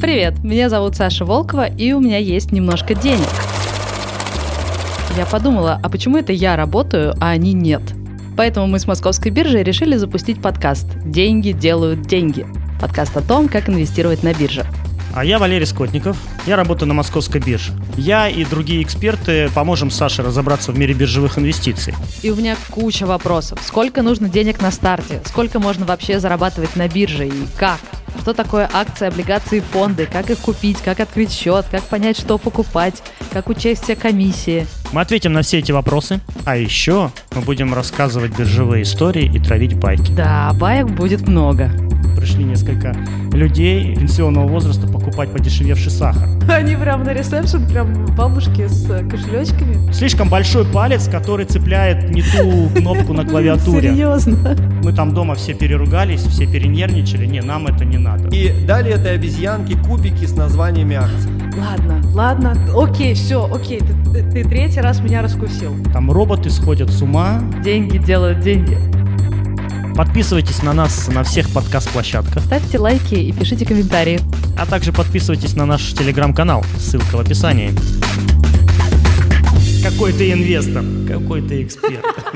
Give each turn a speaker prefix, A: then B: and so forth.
A: Привет, меня зовут Саша Волкова, и у меня есть немножко денег. Я подумала, а почему это я работаю, а они нет? Поэтому мы с Московской биржей решили запустить подкаст «Деньги делают деньги». Подкаст о том, как инвестировать на бирже.
B: А я Валерий Скотников, я работаю на Московской бирже. Я и другие эксперты поможем Саше разобраться в мире биржевых инвестиций.
A: И у меня куча вопросов. Сколько нужно денег на старте? Сколько можно вообще зарабатывать на бирже и как? Что такое акции, облигации, фонды? Как их купить? Как открыть счет? Как понять, что покупать? Как учесть все комиссии?
B: Мы ответим на все эти вопросы. А еще мы будем рассказывать биржевые истории и травить байки.
A: Да, баек будет много.
B: Пришли несколько людей пенсионного возраста покупать подешевевший сахар.
C: Они прям на ресепшн, прям бабушки с кошелечками.
B: Слишком большой палец, который цепляет не ту кнопку на клавиатуре.
C: Серьезно.
B: Мы там дома все переругались, все перенервничали. Не, нам это не надо.
D: И далее это обезьянки, кубики с названиями акций.
C: Ладно, ладно. Окей, все, окей. Ты, ты- ты третий раз меня раскусил.
B: Там роботы сходят с ума.
A: Деньги делают деньги.
B: Подписывайтесь на нас на всех подкаст-площадках.
A: Ставьте лайки и пишите комментарии.
B: А также подписывайтесь на наш телеграм-канал. Ссылка в описании. Какой ты инвестор, какой ты эксперт.